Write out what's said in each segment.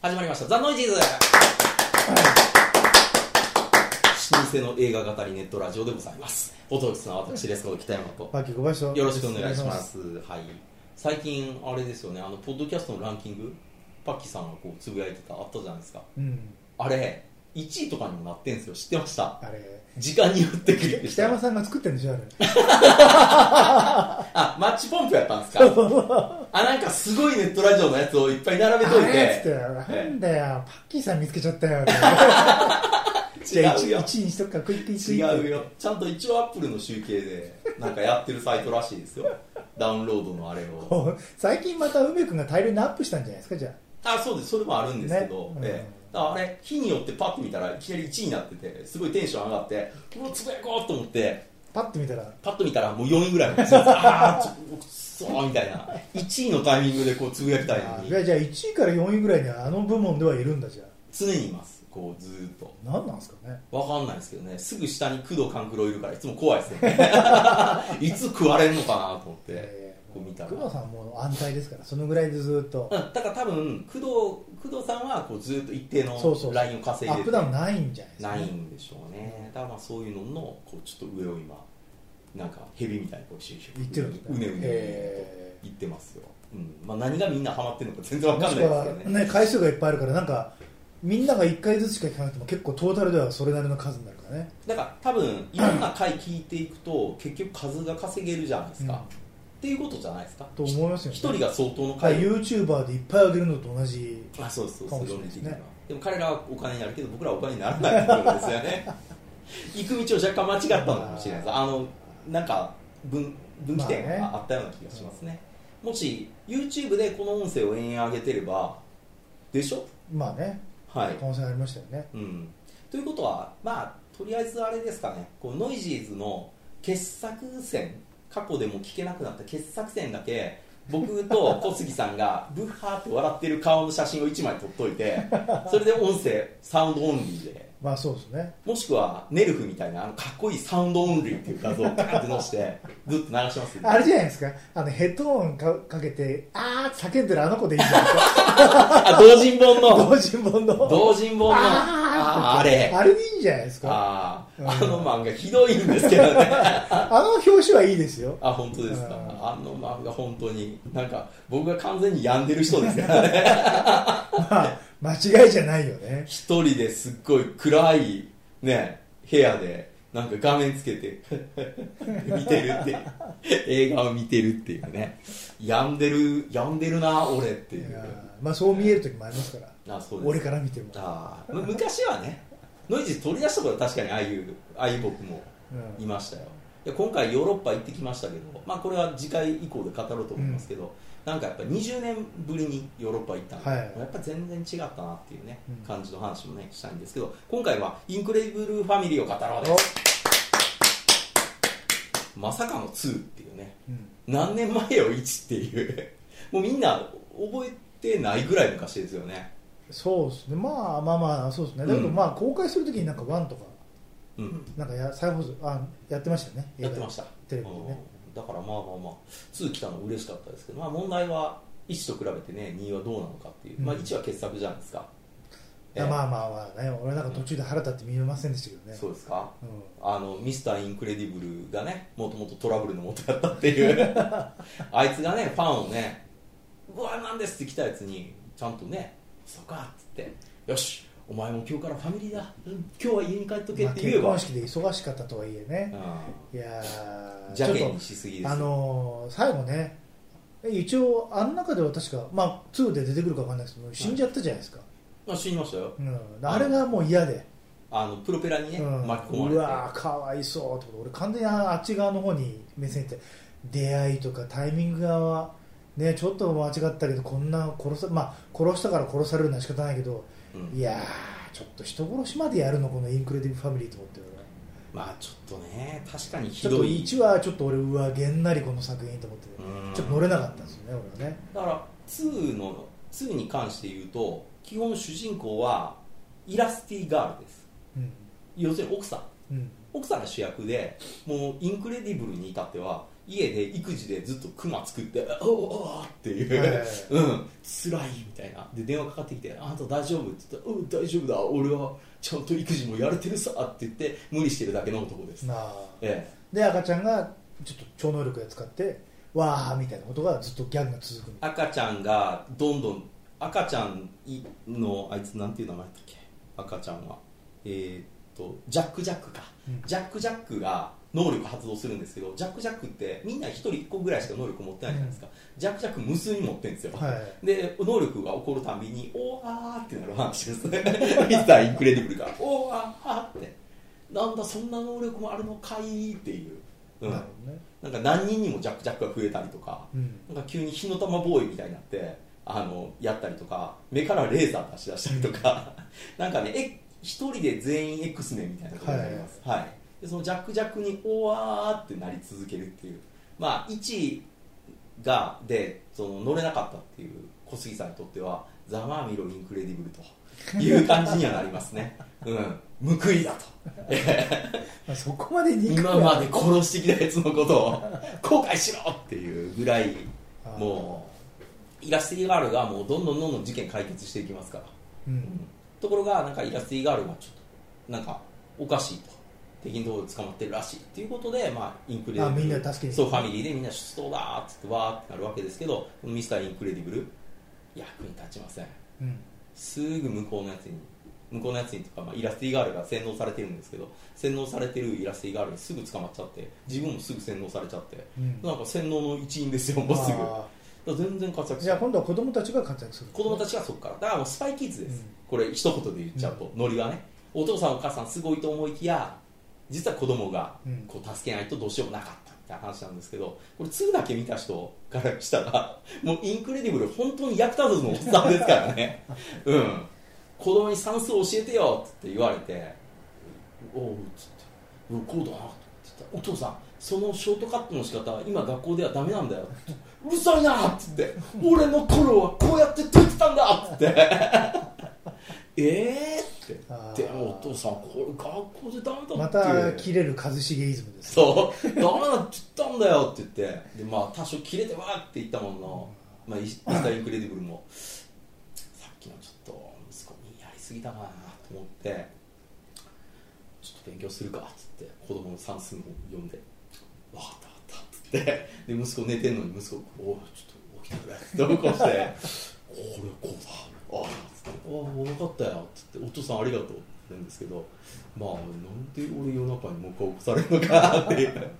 始まりました「ザ・ノイジーズ」老舗の映画語りネットラジオでございますお届けするのは私レスコード北山とバキ小林とよろしくお願いしますはい最近あれですよねあのポッドキャストのランキングパッキーさんがこうつぶやいてたあったじゃないですかうんあれ1位とかにもなってんすよ知ってましたあれ時間によってクリックし北た山さんが作ってるんでしょあれあマッチポンプやったんですかあなんかすごいネットラジオのやつをいっぱい並べといあれっつっててなんだよパッキーさん見つけちゃったよ違じゃあうよ 1, 位にしとくかクイックイクイ違うよちゃんと一応アップルの集計でなんかやってるサイトらしいですよダウンロードのあれをお最近また梅君が大量にアップしたんじゃないですかじゃああそうですそれもあるんですけど、ねうんええだからあれ日によってパッと見たらいきなり1位になっててすごいテンション上がってうわつぶやこうと思ってパッと見たらパッと見たらもう4位ぐらいま でああちょくそーみたいな1位のタイミングでこうつぶやきたいあのじゃにあじゃあ1位から4位ぐらいにはあの部門ではいるんだじゃあ常にいますこうずーっと何なんですかねわかんないですけどねすぐ下に工藤官九郎いるからいつも怖いですよ ねいつ食われるのかなと思ってえーこう見たら久保さんもう安泰ですからそのぐらいでずっとうんだから多分工藤工藤さんはこうずっと一定のそうそうラインを稼アいでッてプダウンないんじゃないですかなね、いんでしょうねだからまあそういうののこうちょっと上を今なんか蛇みたいにこうシュッシュ言ってるんですねうねうねうねうねとえー言ってますよ、うんまあ、何がみんなハマってるのか全然わもかんしなくいですはけどねね回数がいっぱいあるからなんかみんなが1回ずつしか聞かなくても結構トータルではそれなりの数になるからねだから多分いろんな回聞いていくと結局数が稼げるじゃないですか、うんっていうことじゃないですかと思いますよね一人が相当のはい回を YouTuber でいっぱい上げるのと同じあそうですそうかそうもしれないですね論理的にはでも彼らはお金になるけど僕らはお金にならないってことですよ ね行く道を若干間違ったのかもしれないですあのなんか分分岐点まあねがあったような気がしますね,、もし YouTube でこの音声を延々上げてればでしょまあねはい可能性ありましたよねうんということはまあとりあえずあれですかねこうノイジーズの傑作選過去でも聞けなくなった傑作選だけ僕と小杉さんがブッハーって笑ってる顔の写真を1枚撮っといてそれで音声サウンドオンリーでまあそうですねもしくはネルフみたいなあのかっこいいサウンドオンリーっていう画像をガーって載せてずっと流しますよあれじゃないですかあのヘッドホンかかけてあーって叫んでるあの子でいいんじゃないです かあ同人本の同人本の同人本のあーあーあれあれでいいんじゃないですかあーあの漫画ひどいんですけどねあの表紙はいいですよあ本当ですか、うんあの漫画本当になんか僕が完全に病んでる人ですから ねまあ間違いじゃないよね一人ですっごい暗いね部屋でなんか画面つけて 見てるって映画を見てるっていうね病んでる病んでるな俺っていいやうーまあそう見える時もありますからあそうです俺から見ても、あーむ昔はねノイジー取り出した頃は確かにああいうああいう僕もうんいましたよで今回ヨーロッパ行ってきましたけど、まあ、これは次回以降で語ろうと思いますけど、なんかやっぱり20年ぶりにヨーロッパ行ったんで、はいやっぱ全然違ったなっていうね、うん感じの話もねしたいんですけど今回はインクレイブルファミリーを語ろうでおすまさかの2っていうねうん何年前よ1っていうもうみんな覚えてないぐらい昔ですよねそうですねまあまあまあそうですねだけどうんまあ公開するときになんかワンとかうんなんかや再放送あやってましたよねやってましたテレビでねうんだからまあまあまあ2来たの嬉しかったですけど、まあ、問題は1と比べてね2はどうなのかっていう、うんまあ、1は傑作じゃないですか、いやまあまあまあね俺なんか途中で腹立って見えませんでしたけどねそうですかうんあのミスターインクレディブルがねもともとトラブルの元だったっていう あいつがねファンをね「うわなんです」って来たやつにちゃんとね「そうか」っつって「よしお前も今日からファミリーだうん今日は家に帰っとけ」まっあ、て言え結ば、婚式で忙しかったとはいえね、いうやんー邪ちょ険っにしすぎですとよあのー最後ね一応あの中では確か、まあ、2で出てくるか分かんないですけど死んじゃったじゃないですか、あ死にましたようん、あれがもう嫌で、あのプロペラにね、うん、巻き込まれてうわーかわいそうと俺完全にああっち側の方に目線いって出会いとかタイミング側ねちょっと間違ったけどこんな殺さまあ殺したから殺されるのは仕方ないけどうんいやーちょっと人殺しまでやるのこのインクレディブルファミリーと思って俺まあちょっとね確かにちひょっとどい1はちょっと俺うわげんなりこの作品と思ってうんちょっと乗れなかったんですよね俺はねだから2の2に関して言うと基本主人公はイラスティガールですうん要するに奥さんうん奥さんが主役でもうインクレディブルに至っては家で育児でずっとクマ作って「おおおーっていう、はいはいはいうん辛いみたいなで電話かかってきて「あんた大丈夫?」って言ったら「うん大丈夫だ俺はちゃんと育児もやれてるさ」って言って無理してるだけの男です、なあええで赤ちゃんがちょっと超能力を使ってわーみたいなことがずっとギャグが続くみたい赤ちゃんがどんどん赤ちゃんのあいつなんていう名前だっけ赤ちゃんはえーっとジャック・ジャックか、うんジャック・ジャックが能力発動するんですけどジャック・ジャックってみんな一人一個ぐらいしか能力持ってないじゃないですか、ジャック・ジャック無数に持ってるんですよ、なはいで能力が起こるたびに「おーあー」ってなる話ですね ミスターインクレディブルが「おーあー」ってなんだそんな能力もあるのかいっていう、うんなるほどねなんか何人にもジャック・ジャックが増えたりとかうんなんか急に火の玉ボーイみたいになってあのやったりとか目からレーザー出し出したりとか なんかねえ一人で全員 X メンみたいなことになります、はいでそのジャック・ジャックに「おわー」ってなり続けるっていうまあ1がでその乗れなかったっていう小杉さんにとっては「ざまあみろインクレディブル」という感じにはなります ねうん報いだとまあ、そこまで憎くは今まで殺してきたやつのことを後悔しろっていうぐらいあーもうイラスティガールがもうどんどんどんどん事件解決していきますから、うん、ところがなんかイラスティガールがちょっとなんかおかしいと敵のところで捕まってるらしいっていうことで、まあ、インクレディブルあみんな助けにそうファミリーでみんな出動だーっつってわーってなるわけですけどこのミスターインクレディブル役に立ちませんうん、すぐ向こうのやつに向こうのやつにとか、まあ、イラスティガールが洗脳されてるんですけど洗脳されてるイラスティガールにすぐ捕まっちゃって自分もすぐ洗脳されちゃって、うんなんか洗脳の一員ですよもうすぐだかあら全然活ー躍しじゃないあ今度は子供たちが活躍する子供たちがそこからだからもうスパイキッズです、うんこれ一言で言っちゃうと、ノリはねお父さんお母さんすごいと思いきや実は子供がうんこう助けないとどうしようもなかったみたいな話なんですけどこれ2だけ見た人からしたらもうインクレディブル本当に役立たずのおっさんですからねうん子供に算数教えてよって言われておうっつってうんこうだなって言ったらお父さんそのショートカットの仕方は今学校ではダメなんだよ ってうるさいなっつって俺の頃はこうやって解いてたんだっつって えーあっーてでもお父さんこれ学校でダメだってまた切れる一茂イズムですそうダメだって言ったんだよって言ってでまあ多少切れてわーって言ったもんの、まあ、イスタインクレディブルもさっきのちょっと息子にやりすぎたかなと思ってちょっと勉強するかっつって子供の算数も読んでわかったわかったっつってで息子寝てんのに息子がおいちょっと起きてくれって起こしてこれこうだああっつって「ああ分かったよ」っつって「お父さんありがとう」って言うんですけどまあなんで俺夜中にもう一回起こされるのかっていう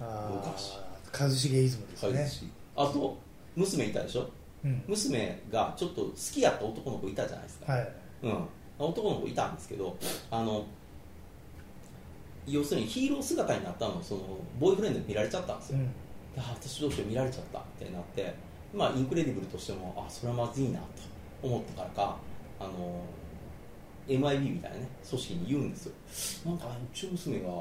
あおかしいー一茂イズムです感ねじしあと娘いたでしょうん娘がちょっと好きやった男の子いたじゃないですか、はいうん、男の子いたんですけどあの要するにヒーロー姿になったのをそのボーイフレンドに見られちゃったんですうよ、んであ私どうしよう見られちゃったみたいになって、まあ、インクレディブルとしてもあそれはまずいなと思ったからかあの MIB みたいなね組織に言うんですよなんかうちの娘がなん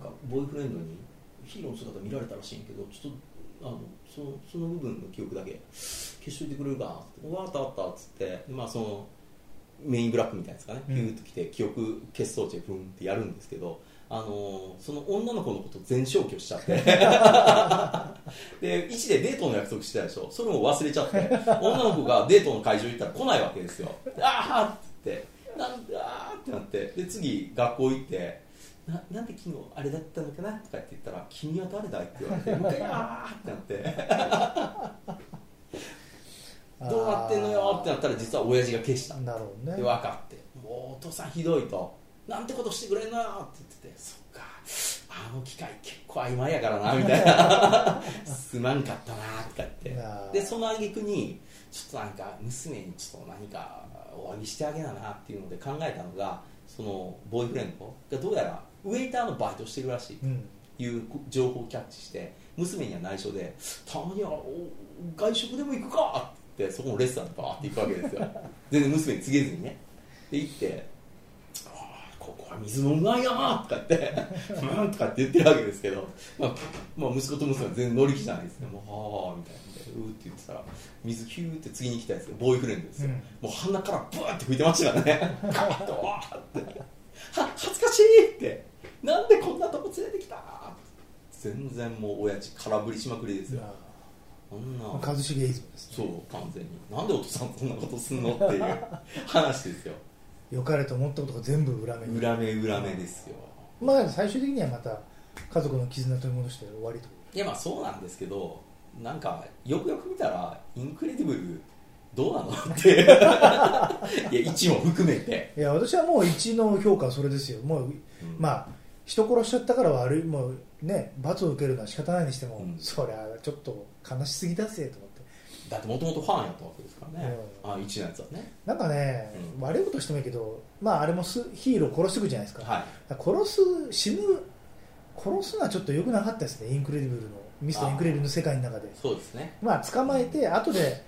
かボーイフレンドにヒーローの姿見られたらしいんやけどちょっとあのそのその部分の記憶だけ消しといてくれるかなって「わあったあった」っつってでまあそのメインブラックみたいなですかねうピんューッと来て記憶結装置でブンってやるんですけどあのその女の子のこと全消去しちゃ ってで1でデートの約束してたでしょそれも忘れちゃって女の子がデートの会場行ったら来ないわけですよああって言ってなんだあーってなってで次学校行ってななんで昨日あれだったのかなとかって言ったら「君は誰だい?」って言われて「もう一回あーってなって「どうなってんのよ」ってなったら実は親父が消したなるほどで分ねかって「もうお父さんひどい」と「なんてことしてくれんな」って言ってて「そっかあの機械結構曖昧やからな」みたいな「すまんかったな」とか言ってなあでその挙句にちょっとなんか娘にちょっと何かお詫びしてあげななっていうので考えたのがそのボーイフレンドがどうやらウェイターのバイトしてるらしいうんいう情報をキャッチして娘には内緒で「たまにはお外食でも行くか!」って言ってそこのレストランにバーって行くわけ ですよ全然娘に告げずにねで行って「ああここは水もうまいなー」とか言って 「うん」とかって言ってるわけですけど、まあまあ、息子と娘は全然乗り気じゃないですね「もうああ」みたいなで「うー」って言ってたら水ヒューって次に来たやつがボーイフレンドですよ、うんもう鼻からブーって吹いてましたからね カッとわーっては恥ずかしいってなんでこんなとこ連れてきた全然もう親父空振りしまくりですよまこんなあまあ一茂イズムですそねう完全になんでお父さんこんなことすんのっていう 話ですよ良かれと思ったことが全部裏目に裏目裏目ですよまあ最終的にはまた家族の絆取り戻して終わりといやまあそうなんですけどなんかよくよく見たらインクレディブルどうなのって いや1も含めて、いや私はもう一の評価はそれですよもううんまあ人殺しちゃったから悪いもうね罰を受けるのは仕方ないにしても、うんそりゃちょっと悲しすぎだぜと思ってだってもともとファンやったわけですからね、うあ1のやつはねなんかね、うん悪いことしてもいいけどまああれもすヒーロー殺してくじゃないですか,、はい殺す死ぬ殺すのはちょっと良くなかったですねインクレディブルのミスターインクレディブルの世界の中でそうですねまあ捕まえて後で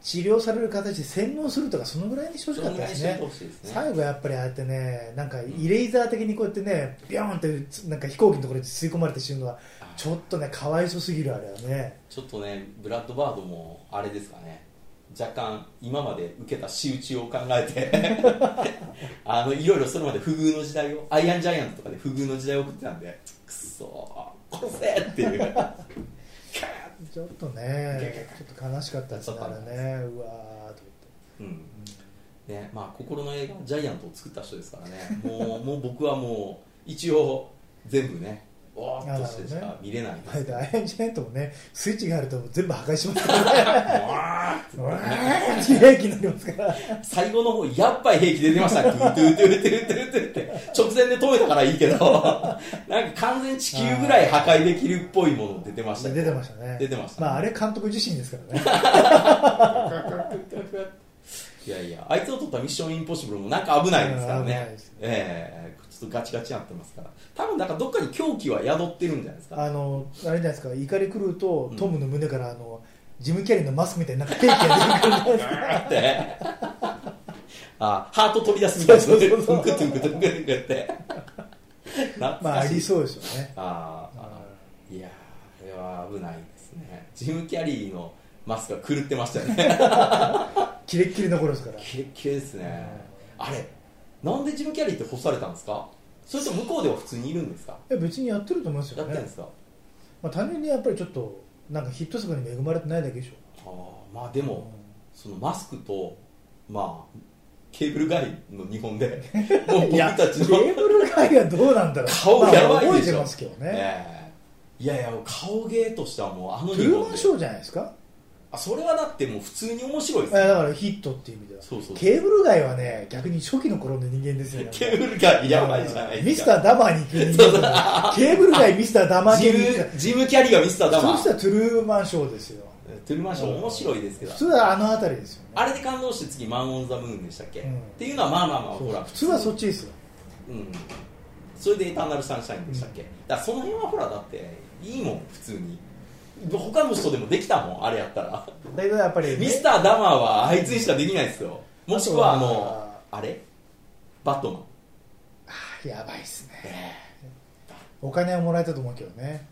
治療される形で洗脳するとかそのぐらいにしてほしかったですそのぐらいにしてほしねいですね最後やっぱりああやってねなんかイレイザー的にこうやってねビョーンってつなんか飛行機のところに吸い込まれて死ぬのはあちょっとねかわいそすぎるあれはねちょっとねブラッドバードもあれですかね若干今まで受けた仕打ちを考え てあのいろいろそれまで不遇の時代をアイアンジャイアントとかで不遇の時代を送ってたんでくそー殺せっていうガー ッちょっとねちょっと悲しかったですねちょあっと悲しいれねうわーとうん思って、ねまあ、心の映画ジャイアントを作った人ですからねもうもう僕はもう一応全部 ねおーっとしてしか見れないんうでん、すだっけてど、アイアンジャイアントもねスイッチがあると全部破壊しますからねうわーっつってうわーって冷気になりますから最後の方やっぱり兵器出てましたトゥートゥートゥートゥートゥートゥーって直前で止めたからいいけど なんか完全に地球ぐらい破壊できるっぽいもの出てました出てましたね出てましたまああれ監督自身ですからねいやいやあいつを取ったミッションインポッシブルもなんか危ないですからうん危ないねですねええちょっとガチガチになってますから多分なんかどっかに狂気は宿ってるんじゃないですかあのあれじゃないですか怒り狂うとうんトムの胸からあのジム・キャリーのマスクみたいななんか兵器が出てくるんで すかってあハート飛び出すみたいなそうそうそうトゥンクトゥンクトゥンクトゥンクって懐まあかあしいりそうですよねあーあーいやーあれは危ないですねジム・キャリーのマスクは狂ってましたよね キレッキレの頃ですからキレッキレですねあれなんでジム・キャリーって干されたんですかそれと向こうでは普通にいるんですかえ別にやってると思いますやよってるんねですかまあ単純にやっぱりちょっとなんかヒット作に恵まれてないだけでしょあーまあでもそのマスクとまあケーブルガイの日本 でもうい僕やケたちのーブル界はどうなんだろう顔やばいでしょまあ覚えてますけどねええいやいや顔芸としてはもうあのト日ゥルー本マでンショーじゃないですかあそれはだってもう普通に面白いでえすよだからヒットっていう意味ではそうそうそうケーブル街はね逆に初期の頃の人間ですよねケーブルガイやばいじゃないミですスかターダマーに行く人間だからケーブル街ミスターダマージ系ムに行くジムキャリーがミスターダそマしたーらトゥルーマンショーですよトゥルーマンショー面白いですけど普通はあの辺りですよねあれで感動して次マン・オン・ザ・ムーンでしたっけ、うんっていうのはまあまあまあそうほら普通はそっち、ちですようん、それでエターナル・サンシャインでしたっけ、だからその辺はほらだっていいもん普通に他の人でもできたもんあれやったらだけどやっぱりミスター・ダマーはあいつにしかできないですよもしくはああとのはあれバットマンーやばいっすねえお金はもらえたと思うけどね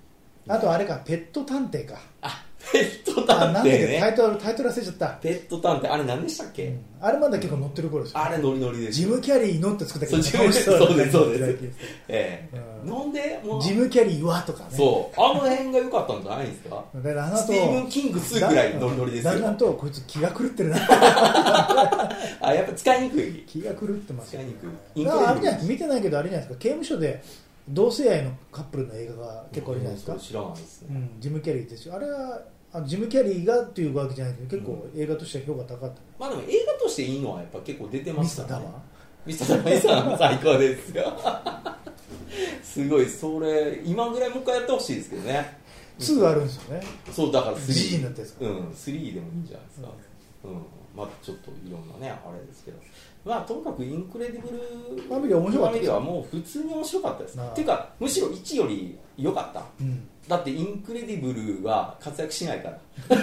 あとあれかペット探偵かあペットあ探な偵んだっけタねイトルタイトル忘れちゃった、ペット探偵あれ何でしたっけ、うんあれまだ結構乗ってる頃ですよあれノリノリでジすム・キャリーのって作ったそうけどジムそうですそうですええうんなんでもう ジム・キャリーはとかねそうあの辺が良かったんじゃないんですかだからあの後スティーブン・キング2ぐらいノリノリですだんだんよとこいつ気が狂ってるな あやっぱ使いにくい気が狂ってますよ、ね使いにく、いだからあれじゃない見てないけどあれじゃないですか刑務所で同性愛のカップルの映画が結構あるじゃないですか、うん知らないですうねん、ジム・キャリーですよあれはあジム・キャリーがっていうわけじゃないけど結構映画としては評価高かっまあでも映画としていいのはやっぱ結構出てた、まミすスター・かダらマねーミスター・ダマーさん最高ですよ すごいそれ今ぐらいもう一回やってほしいですけどね2あるんですよねそうだから3じじいになったやつかうん3でもいいんじゃないですか、うんまあちょっといろんなねあれですけどまあともかくインクレディブルファミリーは面白かったファですミリーはもう普通に面白かったですなあっていうかむしろ1より良かったうんだってインクレディブルは活躍しないから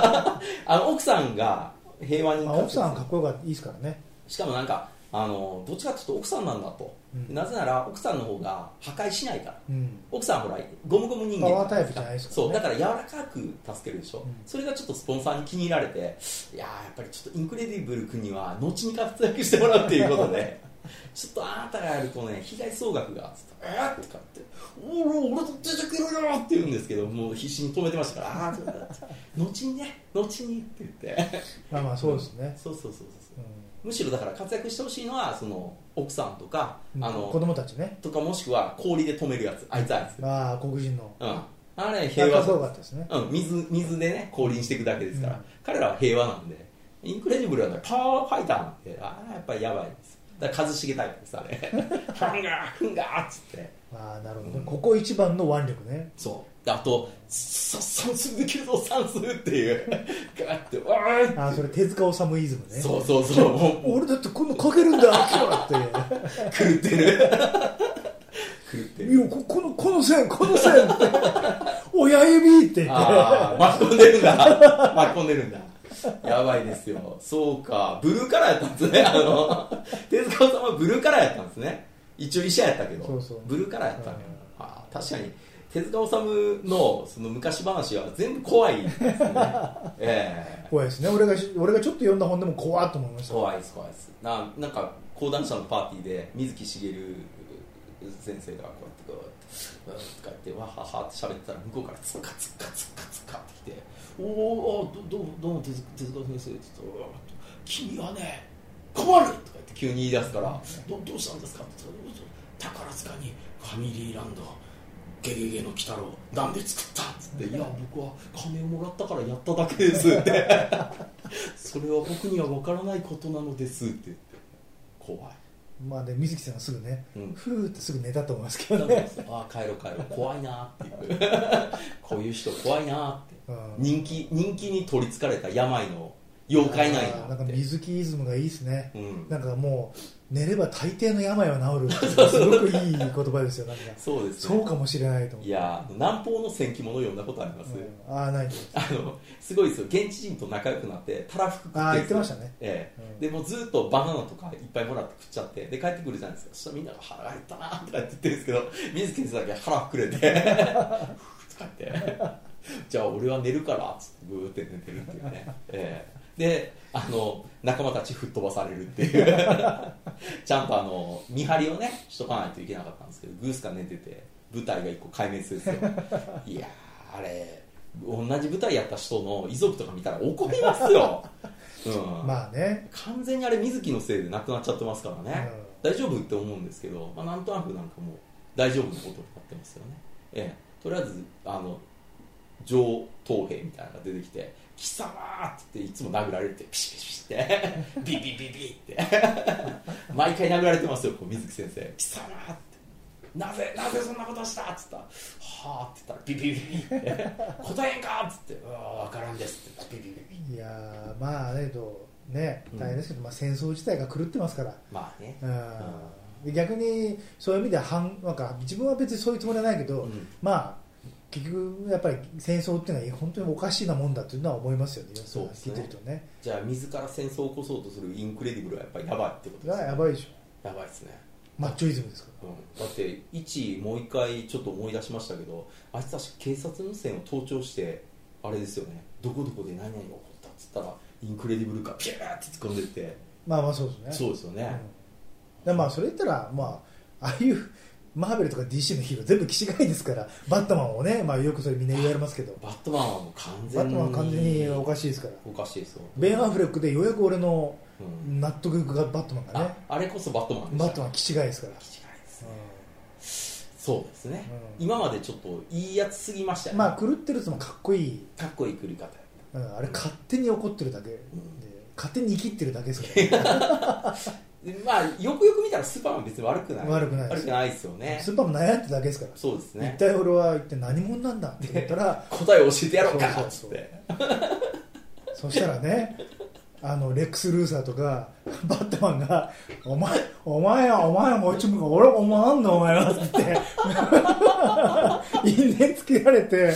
あの奥さんが平和にまあ、活躍す奥るさんはかっこよかったいいですからねしかもなんかあのどっちかっていうと奥さんなんだと、うんなぜなら奥さんの方が破壊しないからうん奥さんはほらゴムゴム人間パワータイプじゃないですからそねうだから柔らかく助けるでしょ、うんそれがちょっとスポンサーに気 に入られていやーやっぱりちょっとインクレディブル君には後に活躍してもらうっていうことでちょっとあなたがやるとね被害総額がつってえー、とかって「おお俺と出てくるよ!」って言うんですけどもう必死に止めてましたから「ああ」とかって「後にね後に」って言ってまあまあそうですね、そうそうそうそうそううんむしろだから活躍してほしいのはその奥さんとかあの子供たちねとかもしくは氷で止めるやつあいつあいつああ黒人のうんあれ平仲和すごかったですねうん、水水でね降臨していくだけですから、うん彼らは平和なんでインクレディブルはねパワーファイターなんでああやっぱりやばいですだから一茂タイプですあ れハンガーハンガーっつってああなるほどね、うんここ一番の腕力ねそうであとさ算数できるぞ算数っていう ガーってわーいああそれ手塚治虫イズムねそうそうそうも俺だってこんな書けるんだ今日ってう狂って る狂っているやここのこの線この線って親指って言ってああ巻き込んでるんだ 巻き込んでるんだやばいですよそうかブルーカラーやったんですねあの手塚さんはブルーカラーやったんですね一応医者やったけどそうそうブルーカラーやったんだ、ああ確かに手塚治虫のその昔話は全部怖いですね ええ怖いですね俺がし俺がちょっと読んだ本でも怖っと思いました怖いです怖いですななんか講談社のパーティーで水木しげる先生がこうやってこうやってうんとか言ってわははって喋ってたら向こうからつっかつっかつっかつっかってきて「おーおーどどどうも手塚手塚先生」って言ったらうわ「君はね困る!」とか言って急に言い出すから「どどうしたんですか?」って言ったら「宝塚にファミリーランド」ゲゲゲの鬼太郎なんで作ったっつって「いや僕は金をもらったからやっただけです」って それは僕には分からないことなのですって言って怖い、まあで水木さんがすぐねうん、ふーってすぐ寝たと思いますけだどかねらさああ帰ろう帰ろ う怖いなっていうこういう人怖いなってうん人気人気に取りつかれた病の妖怪なんあーなやんなかって水木イズムがいいですねうん、なんかもう寝れば大抵の病は治るっていうすごくいい言葉ですよなんかそうですそうねかもしれないと思ういやー南方の戦記物読んだことあります、うんああないあのすごいですよ現地人と仲良くなってたらふく食ってああ言ってましたたねええうんでもうずっとバナナとかいっぱいもらって食っちゃってで帰ってくるじゃないですかそしたらみんなが腹が減ったなとか言って言ってるんですけど水木先生だけ腹膨れてふーとか言って じゃあ俺は寝るからっつってグーって寝てるっていうね、ええであの仲間たち吹っ飛ばされるっていう ちゃんとあの見張りをねしとかないといけなかったんですけどグースが寝てて舞台が一個壊滅ですよいやーあれ同じ舞台やった人の遺族とか見たら怒りますよ、うんまあね完全にあれ水木のせいでなくなっちゃってますからね、大丈夫って思うんですけど、まあ、なんとなくなんかもう大丈夫なことになってますよね、ええ、とりあえずあの上等兵みたいなのが出てきて「貴様!」って言っていつも殴られてピシピシピシ ってビビビビって 毎回殴られてますよこう水木先生「貴様!」って。なぜなぜそんなことをしたっつったら「はあ」って言ったら「ビビビビ」って「答えんか!」っつって「うわ分からんです」って言ったらビビビビいやーまあだけどねうん大変ですけど、まあ、戦争自体が狂ってますから、まあねうんで逆にそういう意味では反なんか自分は別にそういうつもりはないけど、うんまあ結局やっぱり戦争っていうのは本当におかしいなもんだというのは思いますよねそうですね聞いてるとねじゃあ自ら戦争を起こそうとするインクレディブルはやっぱりやばいってことそでれすはねやばいでしょやばいですね、マッチョイズムですかうん、だって1もう一回ちょっと思い出しましたけどあいつたち警察無線を盗聴してあれですよねどこどこで何々が起こったっつったらインクレディブルがピューって突っ込んでってらまあまあそうですねそうですようんだねか、らまあそれ言ったらまあああいう マーベルとか DC のヒーロー全部気違いですからバットマンをね、まあ、よくそれみんな言われますけどバットマンはもう完全バッにトマンは完全におかしいですからおかしいですよベン・アフレックでようやく俺のうん納得いくがバットマンがあねあれこそバットマンでしたバットマン気違いですから、気違いですねそうですね、うん今までちょっといいやつすぎましたよね、まあ狂ってるやつもかっこいい、かっこいい繰り方やうんあれ勝手に怒ってるだけでん勝手に生きってるだけですから、 でまあよくよく見たらスーパーマン別に悪くない悪くないです悪くないですよねスーパーマン悩んでるだけですからそうですね一体俺は一体何者なんだって言ったら答えを教えてやろうかそうっそつうそうってそしたらねあのレックス・ルーサーとか バットマンが「お前お前はお前はもう一向こう俺はお前なんだお前は」って言って 因縁つけられてっ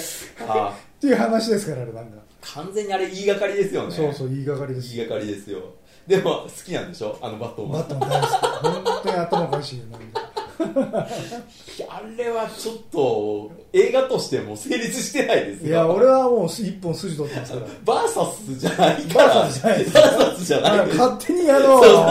あーていう話ですからあれなんか、完全にあれ言いがかりですよねそうそう言いがかりです言いがかりですよでも好きなんでしょあのバットマンバットマン大好き本当に頭おかしいよなんかあれはちょっと映画としても成立してないですよいや俺はもう一本筋取ってますからバーサスじゃないからバーサスじゃないですバーサスじゃないあです勝手にやろうそうおいスー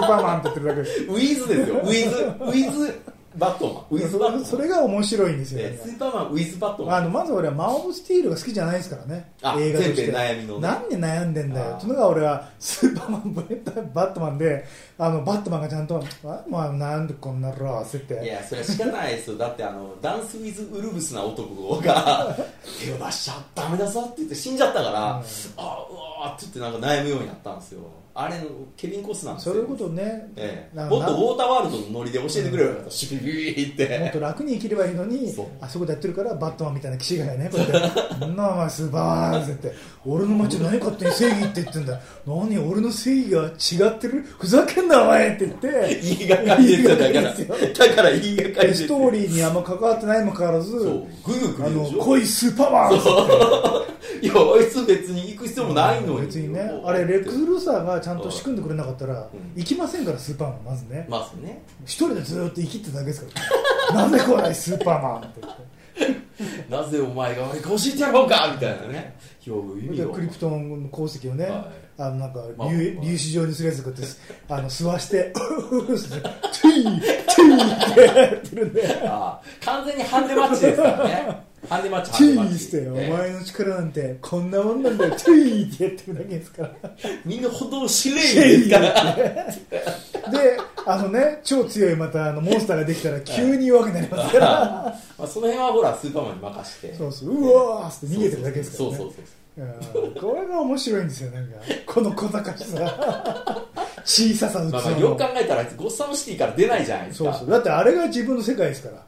パーマンって言ってるだけですウィズですよウィズウィズバットマンウィズそバットマンれそれが面白いんですよ、ねねスーパーマンウィズバットマあンのまず俺は「マン・オブ・スティール」が好きじゃないですからねあ映画として全編悩みのねなんで悩んでんだよあーというのが俺は「スーパーマン・ブレッド・バットマンで」あのバットマンがちゃんと「あまあ、なんでこんなロー」って言っいてやそれは仕方ないですよだってあのダンスウィズウルブスな男が 手を出しちゃダメだぞって言って死んじゃったから、うんあうわーって言ってなんか悩むようになったんですよあれのケビン・コスナーですそよういうことね、ええ、なもっとウなォーターワールドのノリで教えてくれよ かったシュビビビってもっと楽に生きればいいのにそうあそこでやってるからバットマンみたいな騎士がねこうやって「そんなお前スーパーマン」って言って「俺の街何勝手に正義って言ってんだ何俺の正義が違ってるふざけんなお前」って言って言いがかりですよだか言いらがかりですよだから言いがかりですスよトーリーにあんま関わってないにもかかわらずそうグーグあーのでしょ恋スーパーマンいやあいつ別に行く必要もないのに別にねあれレックス・ルーサーがちゃんと仕組んでくれなかったらうん行きませんからスーパーマンまずねまあそうね一人でずっと生きてただけですからなんで来ないスーパーマンって言ってなぜお前が俺が教えてやろうかみたいなね いや意味でがクリプトンの鉱石をね、はあのなんかまあ粒,、まあ粒子状にするやつこ うやってあの吸わして トゥイトゥイってやってるんでああ完全にハンデマッチですからねハンデマッ チトハンデマゥイッしチ て、おえ前の力なんてこんなもんなんだよトゥイってやってるだけですから えみんな歩道司令員ですからであのね超強いまたあのモンスターができたら急に弱くなりますから、 まあその辺はほらスーパーマンに任してそうそううわーって逃げてるだけですかそうらねそうそううんこれが面白いんですよなんかこの小賢しさ 小ささの器まのあまあよく考えたらあいつゴッサムシティから出ないじゃないですそうかそうだってあれが自分の世界ですから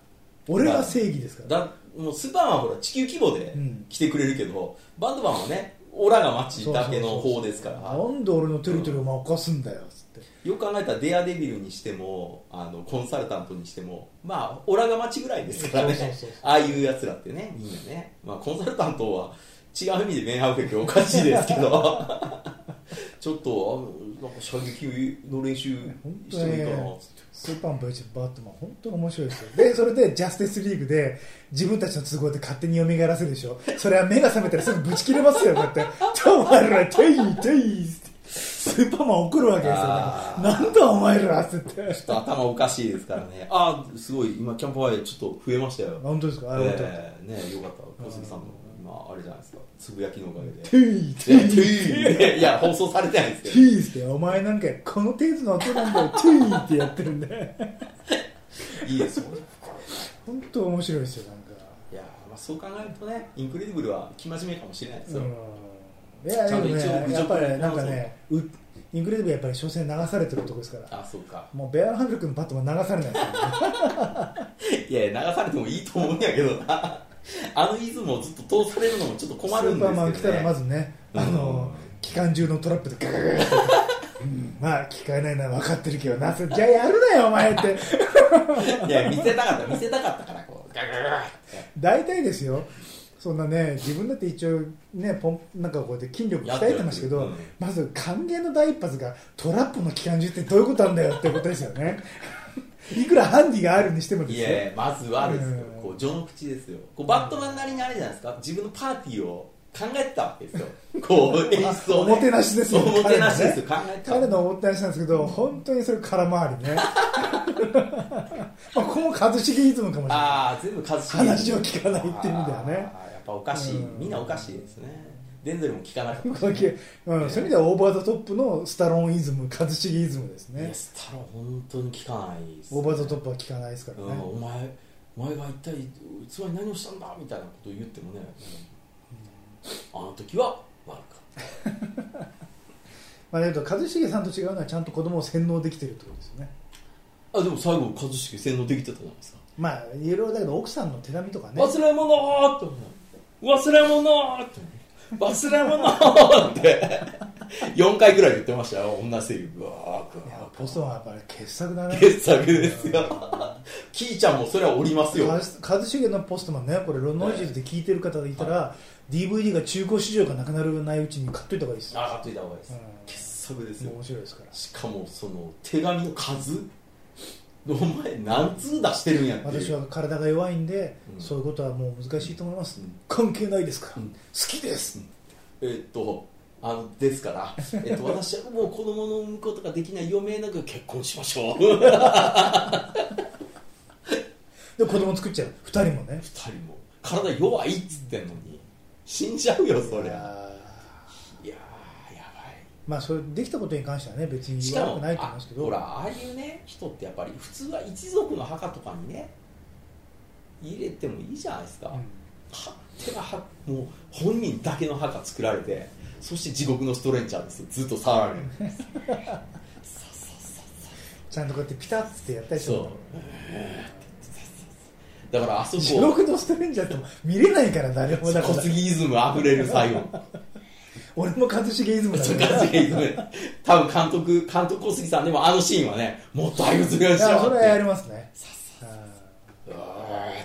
俺が正義ですから、だもうスーパーマンはほら地球規模でうん来てくれるけど、バンドマンはねオラが街だけの方ですからなんで俺のテリトリーをお前犯すんだよっつって、よく考えたらデアデビルにしてもあのコンサルタントにしてもまあオラが街ぐらいですからねそうそうそうそうああいうやつらってねみんなね、まあ、コンサルタントは違う意味でメンハウフェおかしいですけ どちょっとあのなんか射撃の練習してもいいかなっつってスーパーマン VS バットマン本当に面白いですよでそれでジャスティスリーグで自分たちの都合で勝手に蘇らせるでしょそれは目が覚めたらすぐぶち切れますよだって「お前らトゥイトゥイ」ってスーパーマン怒るわけですよあーなんだお前らっつってちょっと頭おかしいですからねああすごい今キャンプファイヤーちょっと増えましたよ本当ですかあれ、よかったええねよかった小杉さんの今あれじゃないですかつぶやきのおかげでトゥイトいやゥイいや放送されてないんですトけどゥイってお前なんかこの程度の音なんだよトゥイってやってるんでいいですよ本当面白いですよなんかいやまあそう考えるとねインクレディブルは生真面目かもしれないですよ、うんいやちでゃんもと一応侮ね辱やっぱりなんかねうインクレディブルやっぱり所詮流されてるとこですからあそうかもうベアーハンドル君のバットも流されないですからねいや流されてもいいと思うんやけどな あの出雲をずっと通されるのもちょっと困るんスーでパすーマン来けたどらねまずねあの機関銃のトラップでガガガガガって、うんまあ聞かえないのは分かってるけどなそれじゃあやるなよお前っていや見せたかった見せたかったからこうガガガガって大体ですよそんなね自分だって一応ねポンなんかこうやって筋力鍛えてましたけど、やってるやってまず歓迎の第一発がトラップの機関銃ってどういうことなんだよってことですよね いくらハンディがあるにしてもでいすよやいやまずはですようんこう序の口ですよこうバットマンなりにあれじゃないですか自分のパーティーを考えてたわけですよ こう演出を、おもてなしですよおもてなしですよ考えてた彼のおもてなしなんですけど本当にそれ空回りね まあここも一茂イズムかもしれないああ全部数話を聞かないって意味だよねやっぱおかしい、うんみんなおかしいですねデンゼルも聞かなかった、こう いううん、そういう意味ではオーバーザトップのスタローンイズム一茂イズムですいねやスタロー本当に聞かないです、オーバーザトップは聞かないですからうね、んお前お前が一体器に何をしたんだみたいなことを言ってもね、あの時は悪かったまあ、だけど一茂さんと違うのはちゃんと子供を洗脳できてるってことですよねあでも最後一茂洗脳できてたじゃないですかまあいろいろだけど奥さんの手紙とかね忘れ物ーって思う忘れ物ーって思う忘れ物ーって4 回ぐらい言ってましたよ女声優うわーくいやわポストマンはやっぱり傑作だねー傑作ですよキーちゃんもそれはおりますよか一茂のポストマンねこれロノイジーズで聞いてる方がいたら、DVD が中古市場がなくなるないうちに買っといた方がいいですよあっといた方がいいですうん傑作ですもよう面白いですからしかもその手紙の数お前何通出してるんやっていう私は体が弱いんで、うんそういうことはもう難しいと思います、うん関係ないですから、うん好きです、えっとあのです から、えっと、私はもう子供の産むことができない余命なく結婚しましょう 二で子供作っちゃう2人もね人も体弱いっつってんのに死んじゃうよそりゃあーいやーやばいまあそれできたことに関してはね別にしか悪もくないと思いますけあどほらああいうね人ってやっぱり普通は一族の墓とかにね入れてもいいじゃないですか、うん勝手な墓もう本人だけの墓作られてそして地獄のストレンチャーですよずっと触られるそうそうそうちゃんとこうやってピタッてやったりするのそうだからあそ地こ獄のストレンジャーって見れないから誰もだか小ら杉イズムあふれる最 後俺も一茂イズムだそうから小杉イズム多分監督監督小杉さんでもあのシーンはねもっとあゆずがいしやろそれはっやてりますねさっあうわーって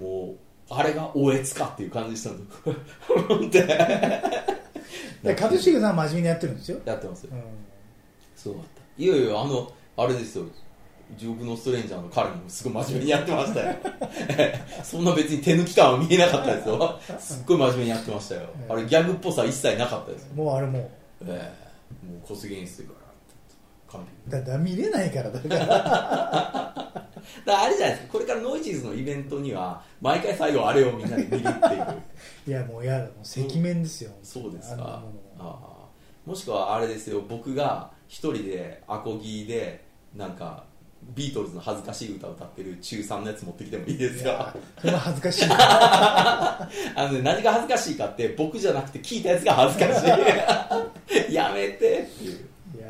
もうあれがおえつかっていう感じしたんでってーで一茂さんは真面目にやってるんですよ、 やってますようん、すごかったいやいやあのあれですよ地獄のストレンジャーの彼もすごい真面目にやってましたよ そんな別に手抜き感は見えなかったですよすっごい真面目にやってましたよあれギャグっぽさ一切なかったですよ、もうあれもええもう小杉演出から完う璧だだ見れないから だからだからあれじゃないですかこれからノイジーズのイベントには毎回最後あれをみんなで見るっていういやもうやだもう赤面ですよ、そうですかあんなもあのあもしくはあれですよ僕が一人でアコギでなんかビートルズの恥ずかしい歌を歌ってる中3のやつ持ってきてもいいですいかやそれは恥 ずかしいあの、ね、何が恥ずかしいかって僕じゃなくて聞いたやつが恥ずか しいやめてっていういや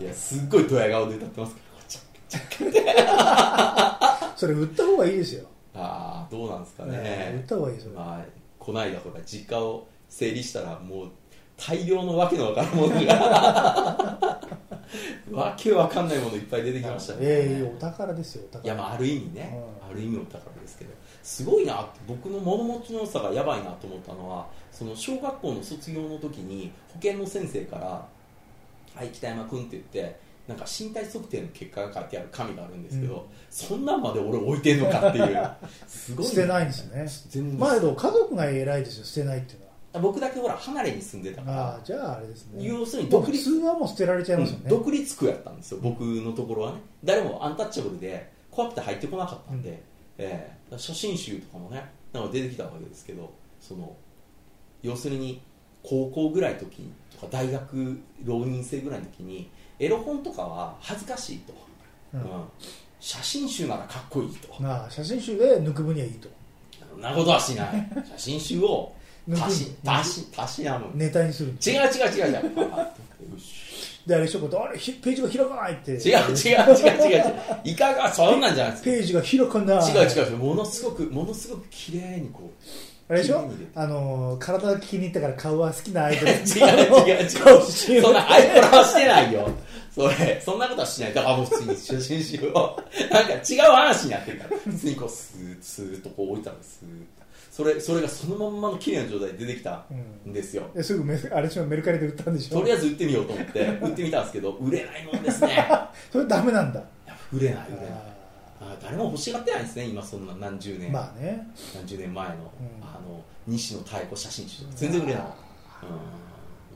いやすっごいドヤ顔で歌ってますからこっちーそれ売った方がいいですよ、ああどうなんですか売ねった方がいいそれ、まあ、こないだほら実家を整理したらもう大量のわけのわからんものが わけわかんないものいっぱい出てきましたね、ええお宝ですよお宝いやまあある意味ね、うんある意味お宝ですけどすごいなって僕の物持ちの良さがやばいなと思ったのはその小学校の卒業の時に保健の先生から「はい北山君」って言ってなんか身体測定の結果が書いてある紙があるんですけど、うんそんなんまで俺置いてんのかっていうすごい捨てないんですね全然まあけど家族が偉いですよ捨てないっていうのは僕だけほら離れに住んでたかああらじゃああれですね要するに独独立立はもう捨てられちゃいますよね、うん独立区やったんですよ僕のところはね誰もアンタッチャブルで怖くて入ってこなかったんで、うんええ初心集とかもねなんか出てきたわけですけどその要するに高校ぐらいの時とか大学浪人生ぐらいの時にエロ本とかは恥ずかしいと、うんうん写真集ならかっこいいとまあ写真集で抜く分にはいいとそんなことはしない 写真集をたし抜たくし足しなむネタにする違う違う違 う違うよしであれ一言あれひページが開かないって違う違う違う違う違ういかがそんなんじゃないですページが開かない違う違う違うものすごくものすごく綺麗にこうあれで綺し麗ょに入れてあのー体が気に入ったから顔は好きなアイド ル違う違う違う顔してそんなアイコラはしてないよそれそんなことはしないだからもう普通に写真集をなんか違う話になってるから普通にこうスーッスーッとこう置いたのスーッとそれそれがそのまんまの綺麗な状態で出てきたんですよ、ですぐメあれでしょメルカリで売ったんでしょとりあえず売ってみようと思って売ってみたんですけど売れないもんですねいやそれダメなんだ売れない売れないああー誰も欲しがってないですね今そんな何十ー年まあね何十年前の,、うんあの西野妙子写真集とか全然売れなかっ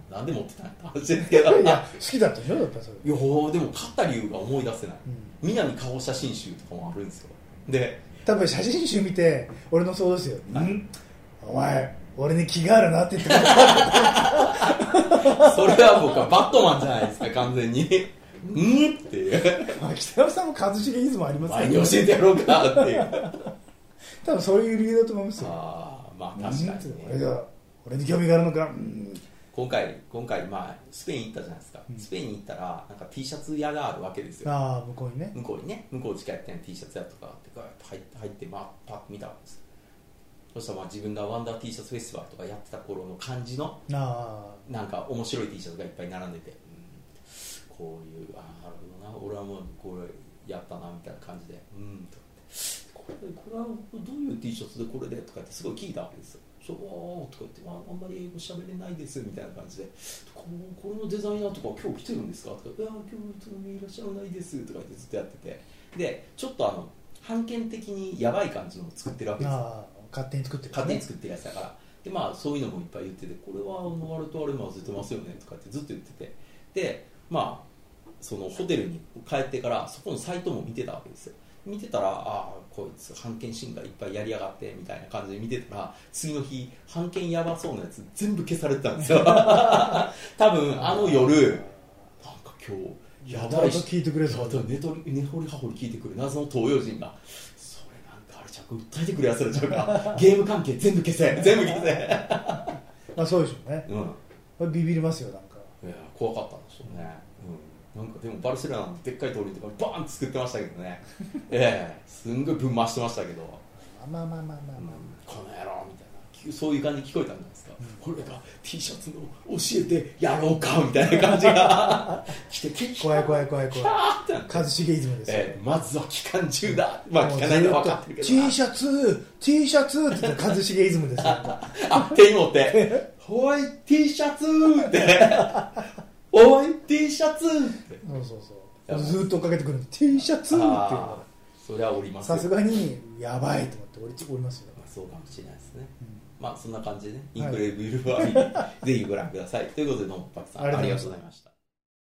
た、うん、なんで持ってたんやって話ですけどいい やや好きだったでしょやっぱりそれ、でも買った理由が思い出せない、うん南顔写真集とかもあるんですよで多分写真集見て俺の想像ですよ、んお前俺に気があるなっ て言ってくるそれは僕はバットマンじゃないですか完全にうんっていうまあ北山さんも一茂イズムあります前けにど、教えてやろうかっていう多分そういう理由だと思いますよああまあ確かうんに俺ねが俺に興味があるのか、うん今回今回まあスペイン行ったじゃないですか、うんスペインに行ったらなんか T シャツ屋があるわけですよああ向こうにね向こうにね向こう近いってん T シャツやとかってガーッと入って入ってまあパッと見たんですそしたらまあ自分がワンダー T シャツフェスティバルとかやってた頃の感じのあなんか面白い T シャツがいっぱい並んでて、うんこういうああなるほどな俺はもうこれやったなみたいな感じでうんと思ってここれはどういう T シャツでこれでとかってすごい聞いたわけですよ。そうとか言って、まあ、あんまり英語喋れないですみたいな感じで、このこれのデザイナーとか今日来てるんですかとか、いや、今日といらっしゃらないですとか言ってずっとやってて、で、ちょっとあの、判件的にやばい感じのを作ってるわけですよ。ああ勝手に作ってる、勝手に作ってるやつだからでまあそういうのもいっぱい言っててこれはあのあれとあれもずっとますよねとかってずっと言っててでまあそのホテルに帰ってからそこのサイトも見てたわけですよ見てたらああこいつ判件侵害いっぱいやりやがってみたいな感じで見てたら次の日判件やばそうなやつ全部消されてたんですよ 多分あの夜なんか今日ややばばいい人と聞いてくれそそううでも寝取り根掘り葉掘り聞いてくる謎の東洋人がそれなんかあれちゃうか訴えてくるやつらちゃうかゲーム関係全部消せ全部消せまあそうでしょうねうんこれビビりますよなんかいや怖かったんでしょうね、うん、なんかでもバルセロナのでっかい通りとかバーンって作ってましたけど ねええすんごいぶん回してましたけど、まあまあまあまあまあ、うんまあ、この野郎みたいなきそういう感じに聞こえたんじゃないですか、これが T シャツの教えてやろうかみたいな感じが 来て結怖い怖い怖い怖いあってなって一茂イズムですよ、ええまずは期間中だ、まあ、聞かないのは分かってるけどな T シャツ T シャツって言ったら一茂イズムですよあ、手に持って、ホワイ T シャツって、ホワイ T シャツって。そうそうそうずっと追っかけてくるの T シャツっていうのあがーそれはおりますよさすがにやばいと思って俺ちおりますよまあ、そうかもしれないですね。うんまあ、そんな感じでね、インはい クレイブルバーリー、ぜひご覧ください。ということで、ノンパクさん、ありがあとうりがございましたとうございました。